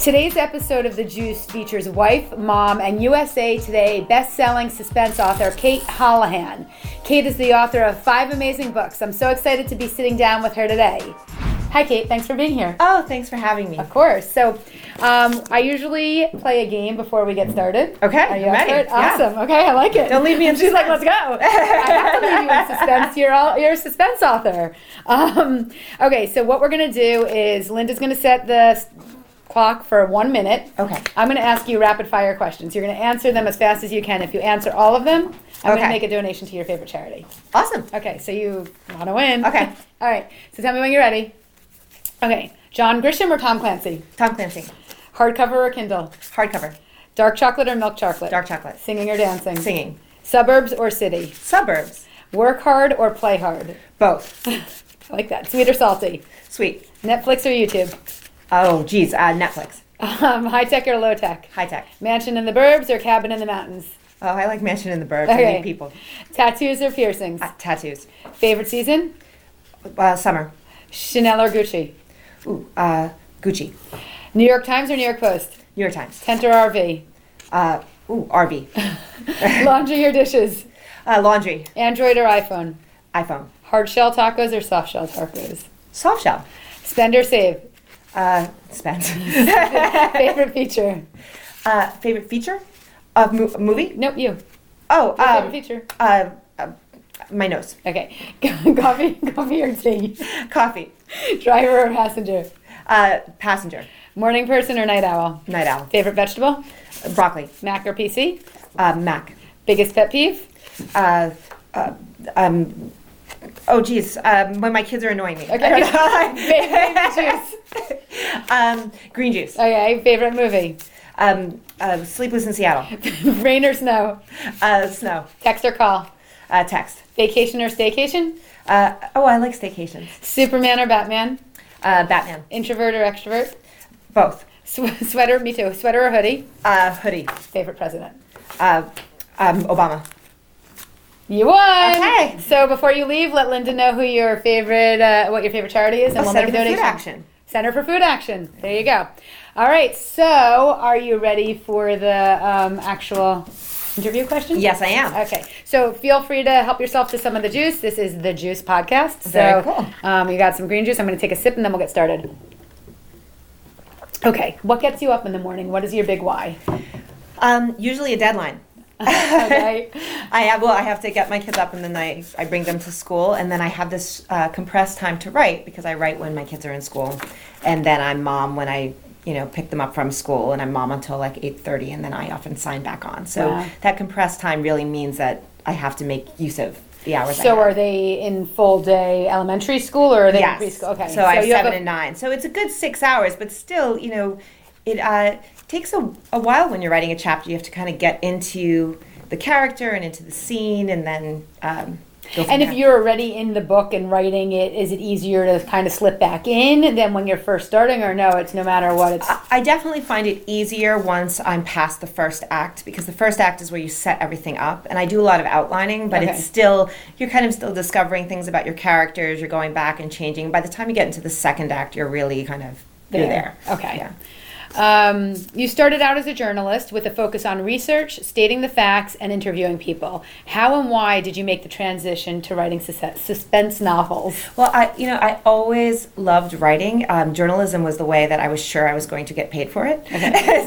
Today's episode of The Juice features wife, mom, and USA Today best-selling suspense author Kate Hollihan. Kate is the author of five amazing books. I'm so excited to be sitting down with her today. Hi, Kate. Thanks for being here. Oh, thanks for having me. Of course. So, um, I usually play a game before we get started. Okay, Are you I'm up ready. for it? Yeah. Awesome. Okay, I like it. Don't leave me in She's like, let's suspense. go. I have to leave you in suspense. You're all you're a suspense author. Um, okay, so what we're gonna do is Linda's gonna set the s- clock for one minute. Okay. I'm gonna ask you rapid fire questions. You're gonna answer them as fast as you can. If you answer all of them, I'm Okay. gonna make a donation to your favorite charity. Awesome. Okay, so you wanna win. Okay. all right. So tell me when you're ready. Okay. John Grisham or Tom Clancy? Tom Clancy, Hardcover or Kindle? hardcover, Dark chocolate or milk chocolate? dark chocolate, Singing or dancing? singing, Suburbs or city? suburbs, Work hard or play hard? both, I like that. Sweet or salty? sweet. Netflix or YouTube? Oh, geez, uh, Netflix, Um, high tech or low tech? high tech. Mansion in the burbs or cabin in the mountains? Oh, I like Mansion in the Burbs. I Okay. need people. Tattoos or piercings? Uh, tattoos, Favorite season? uh, summer. Chanel or Gucci? Ooh, uh, Gucci, New York Times or New York Post? New York Times. Tent or RV? Uh, ooh, RV, Laundry or dishes? uh, laundry, Android or iPhone? iPhone, Hard shell tacos or soft shell tacos? soft shell, Spend or save? uh, spent. Favorite feature? uh, favorite feature of mo- movie? Nope, you. Oh, Your um, favorite feature? uh, uh, my nose, Okay. coffee, coffee or tea? coffee, Driver or passenger? uh, passenger, Morning person or night owl? night owl, Favorite vegetable? broccoli. Mac or PC? uh, Mac. Biggest pet peeve? Uh, uh, um, oh, geez, um, when my kids are annoying me. I Okay. don't know. Favorite juice? um, green juice. Okay. Favorite movie? Um, uh, Sleepless in Seattle. Rain or snow? Uh, snow. Text or call? Uh, text. Vacation or staycation? Uh, oh, I like staycations. Superman or Batman? Uh, Batman. Introvert or extrovert? Both. Sw- sweater, me too. Sweater or hoodie? Uh, hoodie. Favorite president? Uh, um, Obama. You won. Okay. So before you leave, let Linda know who your favorite, uh, what your favorite charity is, and Oh, we'll Center make a for Food donation. Action. Center for Food Action. There you go. All right. So, are you ready for the um, actual interview question? Yes, I am. Okay. So, feel free to help yourself to some of the juice. This is the Juice Podcast. So, Very cool. um, you got some green juice. I'm going to take a sip, and then we'll get started. Okay. What gets you up in the morning? What is your big why? Um, usually a deadline. Okay. I have, well, I have to get my kids up and then I, I bring them to school and then I have this uh, compressed time to write because I write when my kids are in school and then I'm mom when I, you know, pick them up from school and I'm mom until like 8.30 and then I often sign back on. So Wow. that compressed time really means that I have to make use of the hours I So have. are they in full day elementary school or are they Yes. in preschool? Okay. So, I have you seven a- and nine. So it's a good six hours, but still, you know, it uh, takes a, a while when you're writing a chapter. You have to kind of get into the character and into the scene, and then um, go from And if there. you're already in the book and writing it, is it easier to kind of slip back in than when you're first starting, or no? It's no matter what. It's I- I definitely find it easier once I'm past the first act because the first act is where you set everything up. And I do a lot of outlining, but Okay. it's still, you're kind of still discovering things about your characters. You're going back and changing. By the time you get into the second act, you're really kind of, there. you're there. Okay. Yeah. Um, you started out as a journalist with a focus on research, stating the facts, and interviewing people. How and why did you make the transition to writing sus- suspense novels? Well, I, you know, I always loved writing. Um, journalism was the way that I was sure I was going to get paid for it.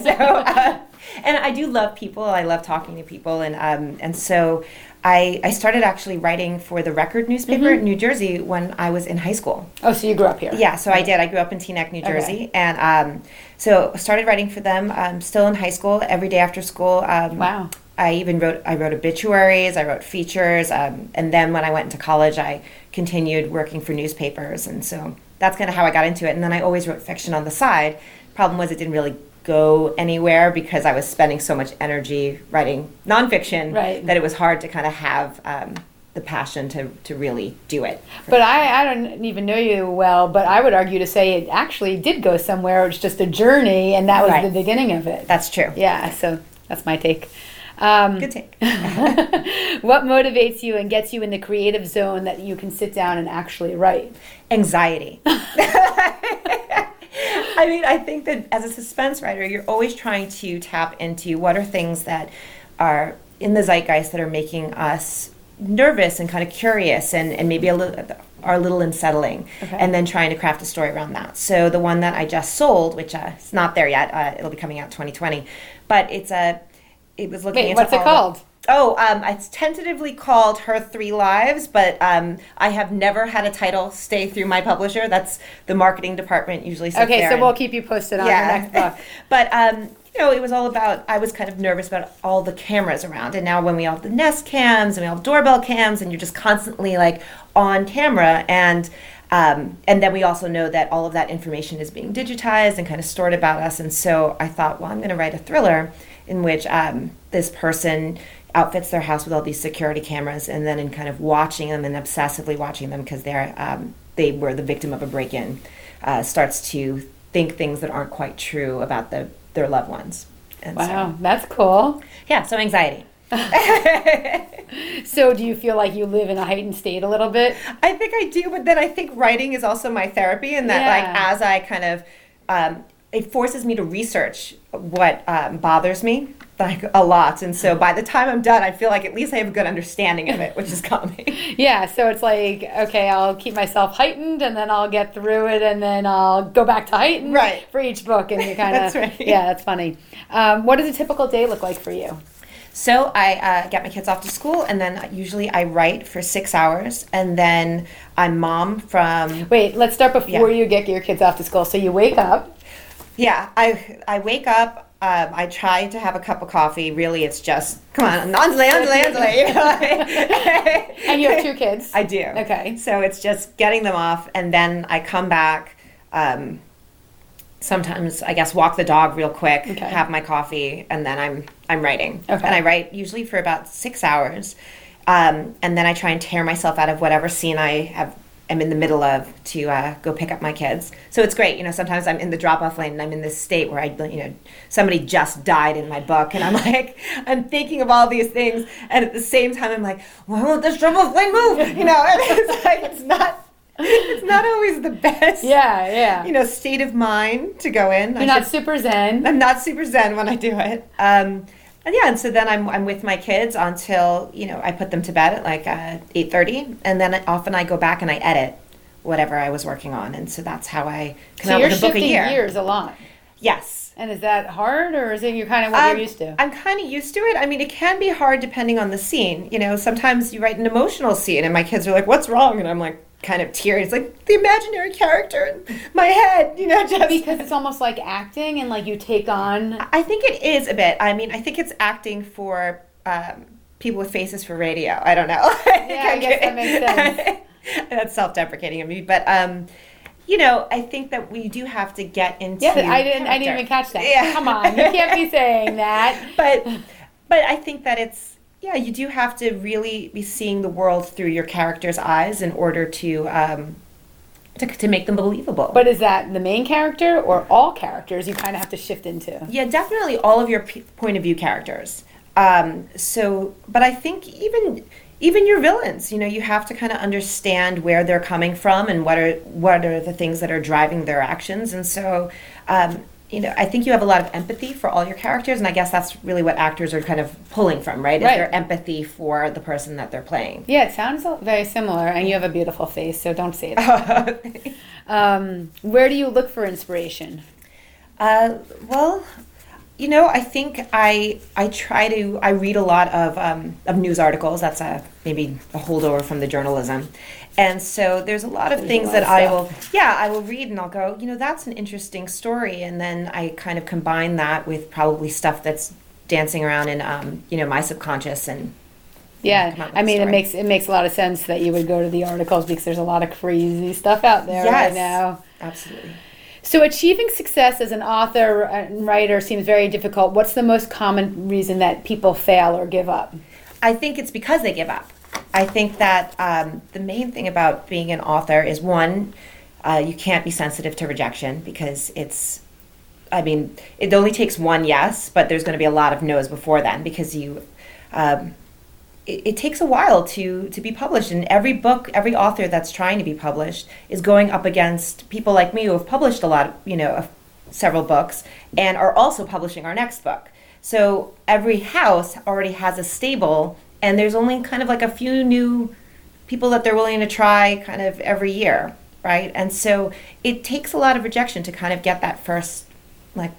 so, uh, and I do love people. I love talking to people, and um, and so I I started actually writing for the Record newspaper in New Jersey when I was in high school. Oh, so you grew up here? Yeah, so I did. I grew up in Teaneck, New Jersey, and um, so started writing for them. Um, still in high school, every day after school. Um, Wow. I even wrote. I wrote obituaries. I wrote features, um, and then when I went into college, I continued working for newspapers, and so that's kind of how I got into it. And then I always wrote fiction on the side. Problem was, it didn't really go anywhere because I was spending so much energy writing nonfiction Right. that it was hard to kind of have um, the passion to to really do it. But I, I don't even know you well, but I would argue to say it actually did go somewhere. It's just a journey, and that was Right. the beginning of it. That's true. Yeah, so that's my take. Um, Good take. what motivates you and gets you in the creative zone that you can sit down and actually write? anxiety. I mean, I think that as a suspense writer, you're always trying to tap into what are things that are in the zeitgeist that are making us nervous and kind of curious and, and maybe a little are a little unsettling Okay. and then trying to craft a story around that so the one that i just sold which uh, it's not there yet uh, it'll be coming out 2020 but it's a it was looking Wait, into what's it all the- called? Oh, um, it's tentatively called Her Three Lives, but um, I have never had a title stay through my publisher. That's the marketing department usually. sits Okay, there so and- we'll keep you posted on the next book. but um, you know, it was all about. I was kind of nervous about all the cameras around, and now when we all have the Nest cams and we all have doorbell cams, and you're just constantly like on camera, and um, and then we also know that all of that information is being digitized and kind of stored about us, and so I thought, well, I'm going to write a thriller in which um, this person outfits their house with all these security cameras, and then in kind of watching them and obsessively watching them because they're um, they were the victim of a break-in uh, starts to think things that aren't quite true about the, their loved ones. And Wow, that's cool. So, yeah, so anxiety. So, do you feel like you live in a heightened state a little bit? I think I do, but then I think writing is also my therapy, and that Yeah. like as I kind of, um, it forces me to research what um, bothers me like a lot, and Mm-hmm. so by the time I'm done, I feel like at least I have a good understanding of it, which is calming. Yeah, so it's like, okay, I'll keep myself heightened and then I'll get through it and then I'll go back to heightened Right. for each book. And you kind of, That's right. yeah, that's funny. Um, what does a typical day look like for you? So I uh, get my kids off to school, and then usually I write for six hours, and then I'm mom from Wait, let's start before Yeah. you get your kids off to school. So you wake up. Yeah, I I wake up. Um, I try to have a cup of coffee. Really, it's just come on, Anzale, Anzale, Anzale. You know? And you have two kids. I do. Okay. So it's just getting them off, and then I come back. Um, sometimes I guess walk the dog real quick, Okay. have my coffee, and then I'm I'm writing. Okay. And I write usually for about six hours, um, and then I try and tear myself out of whatever scene I have. am in the middle of to uh, go pick up my kids. So it's great. You know, sometimes I'm in the drop off lane and I'm in this state where I, you know, somebody just died in my book and I'm like, I'm thinking of all these things. And at the same time, I'm like, why won't this drop off lane move? You know, and it's like, it's not, it's not always the best, Yeah, yeah. you know, state of mind to go in. I You're not should- super zen. I'm not super zen when I do it. Um, and yeah, and so then I'm, I'm with my kids until you know I put them to bed at like uh, eight thirty, and then I, often I go back and I edit whatever I was working on, and so that's how I come So out you're with a book a shifting year. gears a lot. Yes. And is that hard or is it you kind of what Um, you're used to? I'm kind of used to it. I mean, it can be hard depending on the scene. You know, sometimes you write an emotional scene, and my kids are like, "What's wrong?" and I'm like, kind of teary. It's like the imaginary character in my head. You know, just because it's almost like acting and like you take on I think it is a bit. I mean, I think it's acting for um, people with faces for radio. I don't know. Yeah, I guess that makes sense. That's self-deprecating of me, but um, you know, I think that we do have to get into. Yeah, I didn't. I didn't character. even catch that. Yeah. Come on, you can't be saying that. but but I think that it's yeah, you do have to really be seeing the world through your character's eyes in order to um, to to make them believable. But is that the main character or all characters? You kind of have to shift into. Yeah, definitely all of your p- point of view characters. Um, so, but I think even even your villains, you know, you have to kind of understand where they're coming from and what are what are the things that are driving their actions. And so, um, you know, I think you have a lot of empathy for all your characters, and I guess that's really what actors are kind of pulling from, right? Is Right. their empathy for the person that they're playing. Yeah, it sounds very similar, and you have a beautiful face, so don't say that. um, where do you look for inspiration? Uh, well, you know, I think I I try to I read a lot of um, of news articles. That's a maybe a holdover from the journalism, and so there's a lot of things lot that of I stuff. will yeah I will read and I'll go you know that's an interesting story, and then I kind of combine that with probably stuff that's dancing around in um, you know my subconscious and come up Yeah, with I a mean, it story. makes it makes a lot of sense that you would go to the articles because there's a lot of crazy stuff out there right now. absolutely. So, achieving success as an author and writer seems very difficult. What's the most common reason that people fail or give up? I think it's because they give up. I think that um, the main thing about being an author is one, uh, you can't be sensitive to rejection because it's, I mean, it only takes one yes, but there's going to be a lot of no's before then because you, um, it, it takes a while to to be published and every book every author that's trying to be published is going up against people like me who have published a lot of, you know a several books and are also publishing our next book. So every house already has a stable, and there's only kind of like a few new people that they're willing to try kind of every year, right? And so it takes a lot of rejection to kind of get that first like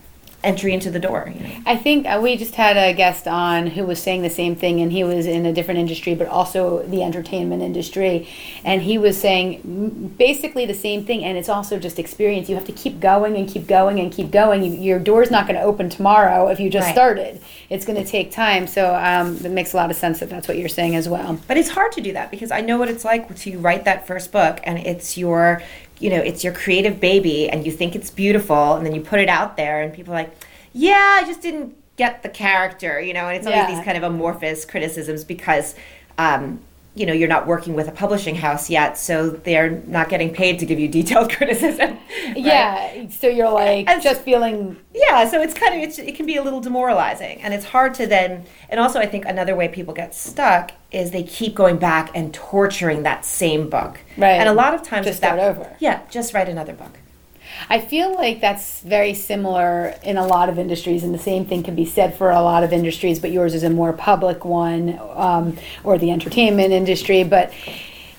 entry into the door. You know? I think uh, we just had a guest on who was saying the same thing, and he was in a different industry, but also the entertainment industry. And he was saying m- basically the same thing, and it's also just experience. You have to keep going and keep going and keep going. You, your door's not going to open tomorrow if you just Right. started, it's going to take time. So um, it makes a lot of sense that that's what you're saying as well. But it's hard to do that because I know what it's like to write that first book and it's your, you know, it's your creative baby and you think it's beautiful and then you put it out there and people are like, yeah, I just didn't get the character, you know, and it's always Yeah. these kind of amorphous criticisms because, um, you know, you're not working with a publishing house yet, so they're not getting paid to give you detailed criticism. right? Yeah. So you're like And- just feeling yeah so it's kind of it's, it can be a little demoralizing and it's hard to then and also i think another way people get stuck is they keep going back and torturing that same book Right. and a lot of times Just it's that, start over. yeah just write another book I feel like that's very similar in a lot of industries, and the same thing can be said for a lot of industries, but yours is a more public one, um, or the entertainment industry. But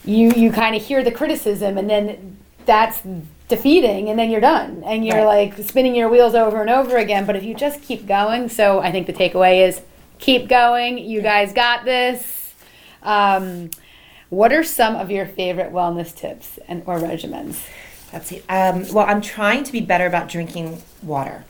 you you kind of hear the criticism, and then that's defeating, and then you're done, and you're Right. like spinning your wheels over and over again. But if you just keep going, so I think the takeaway is keep going. You guys got this. Um, what are some of your favorite wellness tips and or regimens? Let's see. Um, well, I'm trying to be better about drinking water.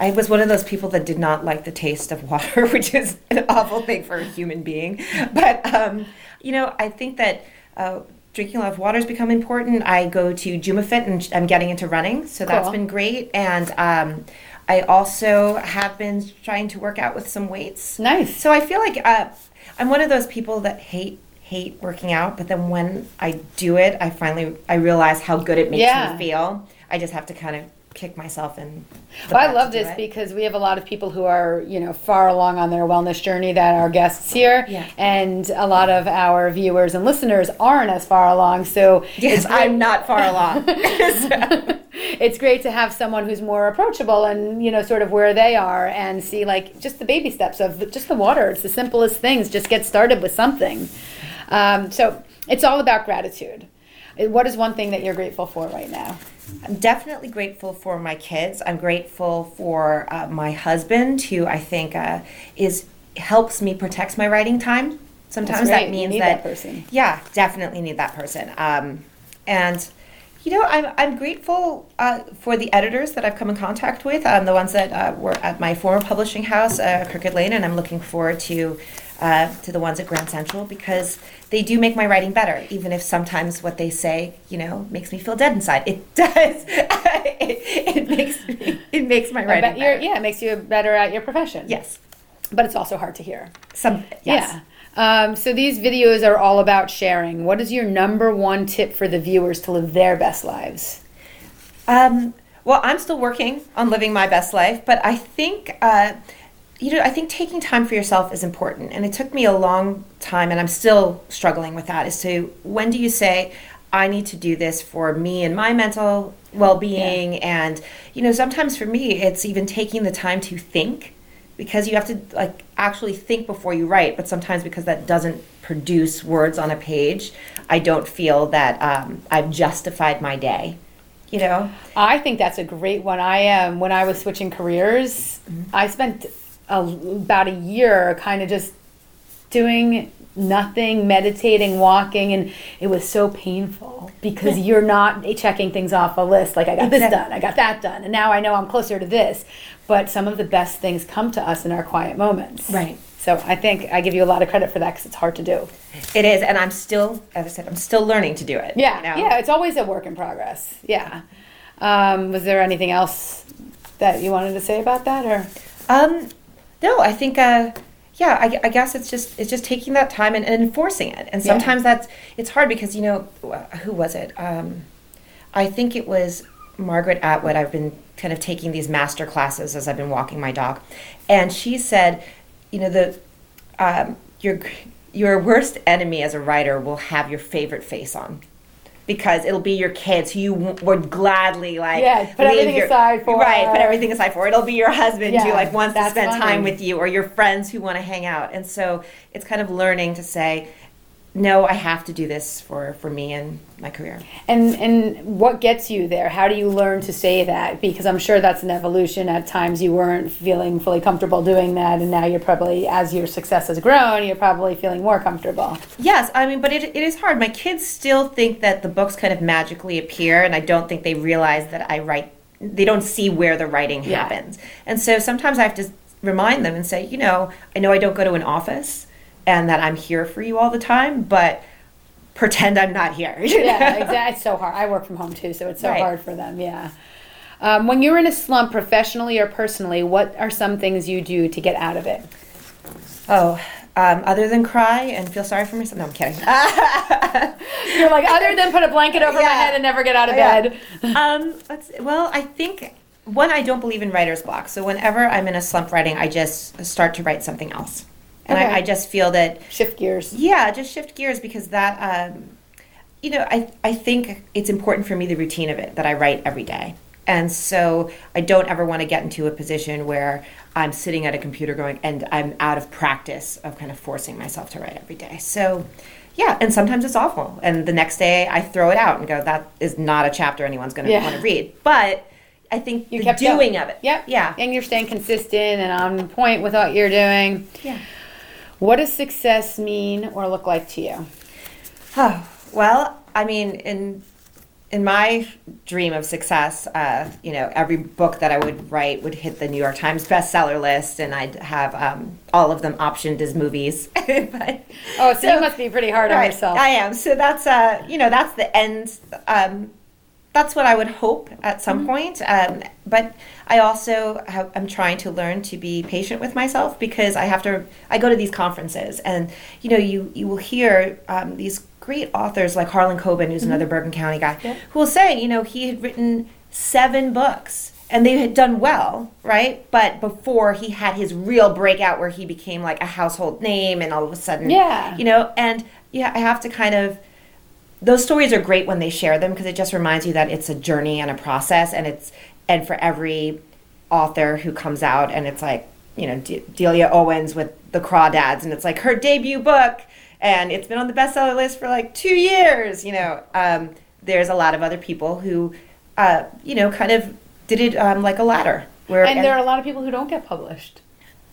I was one of those people that did not like the taste of water, which is an awful thing for a human being. But um, you know, I think that uh, drinking a lot of water has become important. I go to JumaFit and I'm getting into running, so that's Cool. been great. And um, I also have been trying to work out with some weights. Nice. So I feel like uh, I'm one of those people that hate hate working out, but then when I do it, I finally I realize how good it makes Yeah. me feel. I just have to kind of kick myself and. Well, I love this because we have a lot of people who are, you know, far along on their wellness journey that are guests here, Yeah. and a lot of our viewers and listeners aren't as far along. So yes, I'm not far along. it's great to have someone who's more approachable and you know, sort of where they are, and see like just the baby steps of the- just the water. It's the simplest things. Just get started with something. Um, so it's all about gratitude. Uh, What is one thing that you're grateful for right now? I'm definitely grateful for my kids. I'm grateful for uh, my husband, who I think uh, is helps me protects my writing time. Sometimes great. You that means need that person. Yeah, definitely need that person. Um, and you know, I'm I'm grateful uh, for the editors that I've come in contact with. Um, the ones that uh, were at my former publishing house, uh, Crooked Lane, and I'm looking forward to. Uh, to the ones at Grand Central because they do make my writing better, even if sometimes what they say, you know, makes me feel dead inside. It does. it, it makes me, it makes my writing But you're- better. yeah, it makes you better at your profession. Yes. but it's also hard to hear. Some. Yes. Yeah. Um, so these videos are all about sharing. What is your number one tip for the viewers to live their best lives? Um, well, I'm still working on living my best life, but I think, uh, you know, I think taking time for yourself is important. And it took me a long time, and I'm still struggling with that, is to when do you say, I need to do this for me and my mental well being? And, you know, sometimes for me, it's even taking the time to think because you have to like actually think before you write but sometimes because that doesn't produce words on a page i don't feel that um, i've justified my day you know I think that's a great one. I am when I was switching careers, Mm-hmm. I spent a, about a year kind of just doing nothing, meditating, walking, and it was so painful because you're not checking things off a list. Like I got this Exact- done, I got that done, and now I know I'm closer to this. But some of the best things come to us in our quiet moments. Right. So I think I give you a lot of credit for that because it's hard to do. It is, and I'm still, as I said, I'm still learning to do it. Yeah, you know? yeah, it's always a work in progress. Yeah. Um, was there anything else that you wanted to say about that, or Um, no, I think, uh, yeah, I, I guess it's just it's just taking that time and, and enforcing it. And Yeah. sometimes that's it's hard because you know wh- who was it? Um, I think it was Margaret Atwood. I've been kind of taking these master classes as I've been walking my dog, and she said, you know, the um, your your worst enemy as a writer will have your favorite face on. because it'll be your kids who you w- would gladly like. Yeah, put leave everything your- aside for. Right, put everything aside for. It'll be your husband who Yeah, like wants to that's spend funny. time with you or your friends who want to hang out. And so it's kind of learning to say, no, I have to do this for for me and my career. And and what gets you there? How do you learn to say that? Because I'm sure that's an evolution. At times you weren't feeling fully comfortable doing that, and now you're probably, as your success has grown, you're probably feeling more comfortable. Yes, I mean, but it, it is hard. My kids still think that the books kind of magically appear, and I don't think they realize that I write, they don't see where the writing Yeah. happens. And so sometimes I have to remind them and say, you know, I know I don't go to an office and that I'm here for you all the time, but pretend I'm not here. you yeah, know? exactly. It's so hard. I work from home too, so it's so Right. hard for them. Yeah. Um, when you're in a slump, professionally or personally, what are some things you do to get out of it? Oh, um, other than cry and feel sorry for myself. No, I'm kidding. You're like, other than put a blanket over my Yeah. head and never get out of Yeah. bed. um, let's, well, I think one, I don't believe in writer's block. So whenever I'm in a slump writing, I just start to write something else, and Okay. I, I just feel that Shift gears. yeah, just shift gears because that um, you know I I think it's important for me the routine of it that I write every day, and so I don't ever want to get into a position where I'm sitting at a computer going and I'm out of practice of kind of forcing myself to write every day. So. Yeah, and sometimes it's awful. And the next day I throw it out and go, that is not a chapter anyone's going to Yeah. want to read. But I think You the kept doing going. of it. Yep. Yeah. And you're staying consistent and on point with what you're doing. Yeah. What does success mean or look like to you? Oh, well, I mean, in in my dream of success, uh, you know, every book that I would write would hit the New York Times bestseller list, and I'd have um, all of them optioned as movies. but, Oh, so, you must be pretty hard on Right, yourself. I am. So that's uh, you know, that's the end. Um, that's what I would hope at Mm-hmm. some point. Um, but I also have, I'm trying to learn to be patient with myself because I have to. I go to these conferences, and you know, you you will hear um, these great authors like Harlan Coben, Mm-hmm. who's another Bergen County guy, who will say, you know, he had written seven books. And they had done well, right? But before he had his real breakout, where he became like a household name, and all of a sudden, Yeah. you know and yeah i have to kind of those stories are great when they share them because it just reminds you that it's a journey and a process and it's and for every author who comes out and it's like you know De- delia owens with the crawdads and it's like her debut book and it's been on the bestseller list for like two years you know um, there's a lot of other people who uh, you know kind of did it um, like a ladder where and there are a lot of people who don't get published.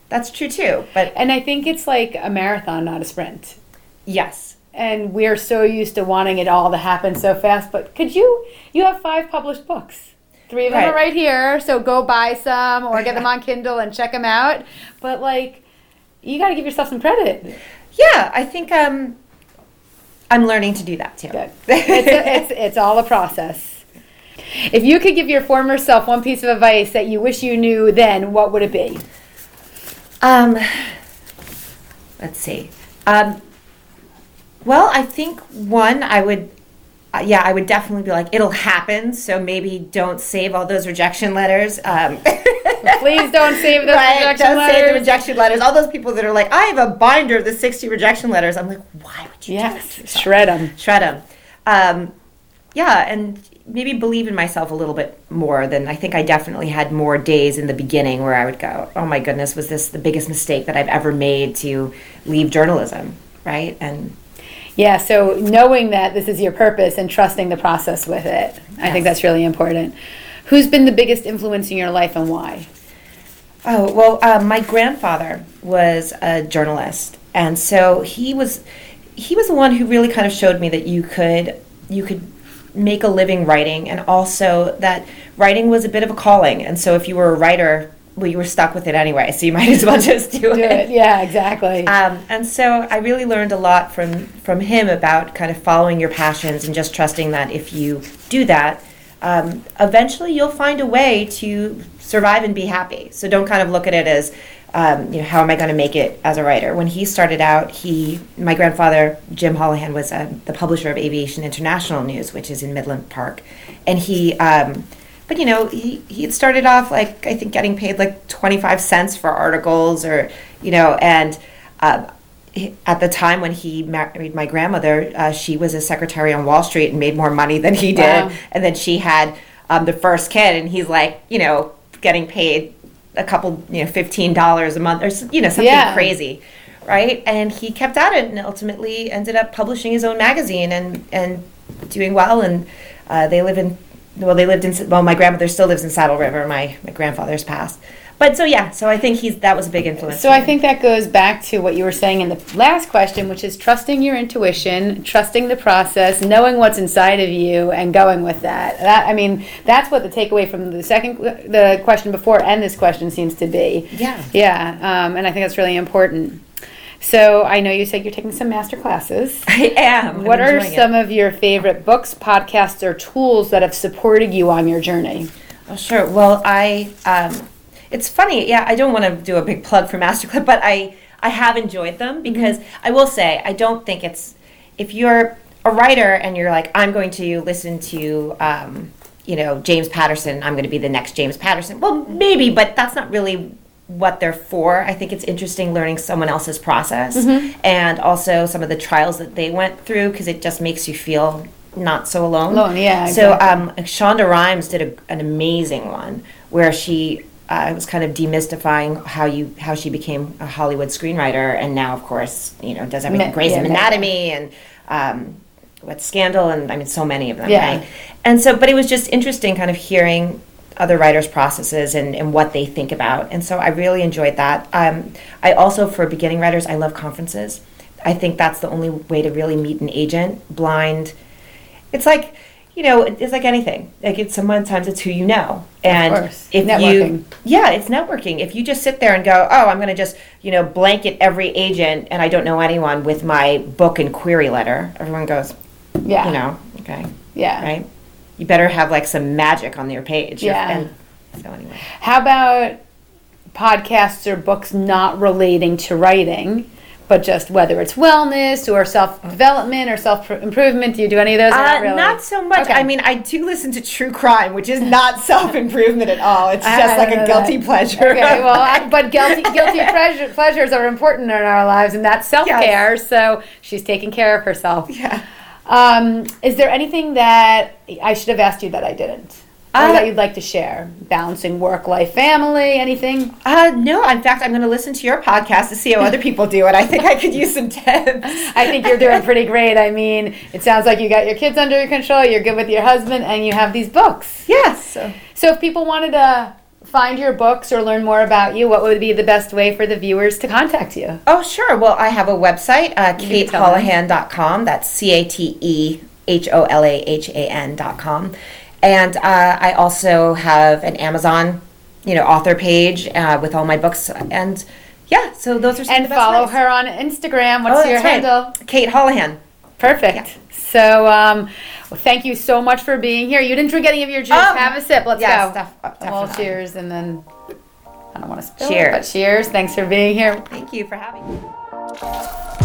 that's true too but And I think it's like a marathon, not a sprint. yes And we're so used to wanting it all to happen so fast. But could you? You have five published books. Three of them are Right. right here. So go buy some or get them on Kindle and check them out. But like, you got to give yourself some credit. yeah i think um, i'm learning to do that too Good. It's, it's, it's all a process. If you could give your former self one piece of advice that you wish you knew then, what would it be? Um, let's see. Um, well, I think one, I would, uh, yeah, I would definitely be like, it'll happen. So maybe don't save all those rejection letters. Um, Please don't save those right? rejection don't save the letters. rejection letters. All those people that are like, I have a binder of the 60 rejection letters. I'm like, why would you do that? yes, to yourself? shred them. Shred them. Um, yeah, and maybe believe in myself a little bit more than I think I definitely had more days in the beginning where I would go, oh my goodness, was this the biggest mistake that I've ever made to leave journalism, right? And Yeah, so knowing that this is your purpose and trusting the process with it, I think that's really important. Who's been the biggest influence in your life and why? Oh, well, um, my grandfather was a journalist, and so he was he was the one who really kind of showed me that you could you could make a living writing and also that writing was a bit of a calling. And so if you were a writer, well you were stuck with it anyway, so you might as well just do, Do it. Yeah, exactly. um, and so I really learned a lot from from him about kind of following your passions and just trusting that if you do that, um, eventually you'll find a way to survive and be happy. So don't kind of look at it as um, you know how am I going to make it as a writer. When he started out, he my grandfather Jim Holohan was uh, the publisher of Aviation International News, which is in Midland Park, and he. Um, but you know, he he had started off like I think getting paid like twenty five cents for articles, or you know, and um, he- at the time when he married my grandmother, uh, she was his secretary on Wall Street and made more money than he did. Wow. And then she had um, the first kid, and he's like, you know, getting paid a couple, you know, fifteen dollars a month or s- you know something Yeah. crazy, right? And he kept at it, and ultimately ended up publishing his own magazine and and doing well. And uh, they live in well, they lived in well, my grandmother still lives in Saddle River. My my grandfather's passed. But so yeah, so I think he's that was a big influence. So I think that goes back to what you were saying in the last question, which is trusting your intuition, trusting the process, knowing what's inside of you, and going with that. That I mean, that's what the takeaway from the second, the question before, and this question seems to be. Yeah. Yeah, um, and I think that's really important. So I know you said you're taking some master classes. I am. I'm What are enjoying it. some of your favorite books, podcasts, or tools that have supported you on your journey? Oh, sure. Well, I, um, it's funny. Yeah, I don't want to do a big plug for MasterClip, but I, I have enjoyed them Mm-hmm. because I will say I don't think it's if you're a writer and you're like I'm going to listen to. Um, you know, James Patterson, I'm going to be the next James Patterson. Well, maybe, Mm-hmm. but that's not really what they're for. I think it's interesting learning someone else's process Mm-hmm. and also some of the trials that they went through because it just makes you feel not so alone. Alone, yeah, So exactly. um, Shonda Rhimes did a, an amazing one where she uh, was kind of demystifying how you how she became a Hollywood screenwriter and now, of course, you know does everything Ma- Grey's yeah, ma- Anatomy and um, what Scandal and I mean so many of them, Yeah. right? And so, but it was just interesting kind of hearing other writers' processes and, and what they think about. And so I really enjoyed that. Um, I also, for beginning writers, I love conferences. I think that's the only way to really meet an agent, blind. It's like, you know, it's like anything. Like it's sometimes it's who you know. And course. if Networking. you yeah, it's networking. If you just sit there and go, oh, I'm going to just, you know, blanket every agent and I don't know anyone with my book and query letter, everyone goes, Yeah. you know, okay. Yeah. Right? You better have like some magic on your page. Yeah. And so, anyway. How about podcasts or books not relating to writing, but just whether it's wellness or self development or self improvement? Do you do any of those? or Uh, really? Not so much. Okay. I mean, I do listen to true crime, which is not self improvement at all. It's I- just I like don't a know guilty that. pleasure. Uh, Okay, well, I, but guilty guilty pleasure, pleasures are important in our lives, and that's self care. So she's taking care of herself. Yeah. Um, is there anything that I should have asked you that I didn't, or Uh, that you'd like to share? Balancing work, life, family, anything? Uh, no, in fact, I'm going to listen to your podcast to see how other people do it. I think I could use some tips. I think you're doing pretty great. I mean, it sounds like you got your kids under your control, you're good with your husband, and you have these books. Yes. So. So, if people wanted to find your books or learn more about you, what would be the best way for the viewers to contact you? Oh, sure. Well, I have a website, uh, can tell them. katehollahan.com. That's C A T E H O L A H A N.com. And uh, I also have an Amazon, you know, author page uh, with all my books. And yeah, so those are some And of the best follow ways. her on Instagram. Oh, What's that's your right. handle? Kate Hollahan. Perfect. So, um, well, thank you so much for being here. You didn't drink any of your juice. Oh, Have a sip. Let's yes, go. def- definitely. well, cheers, and then I don't want to spill. it, Cheers. but cheers. Thanks for being here. Thank you for having me.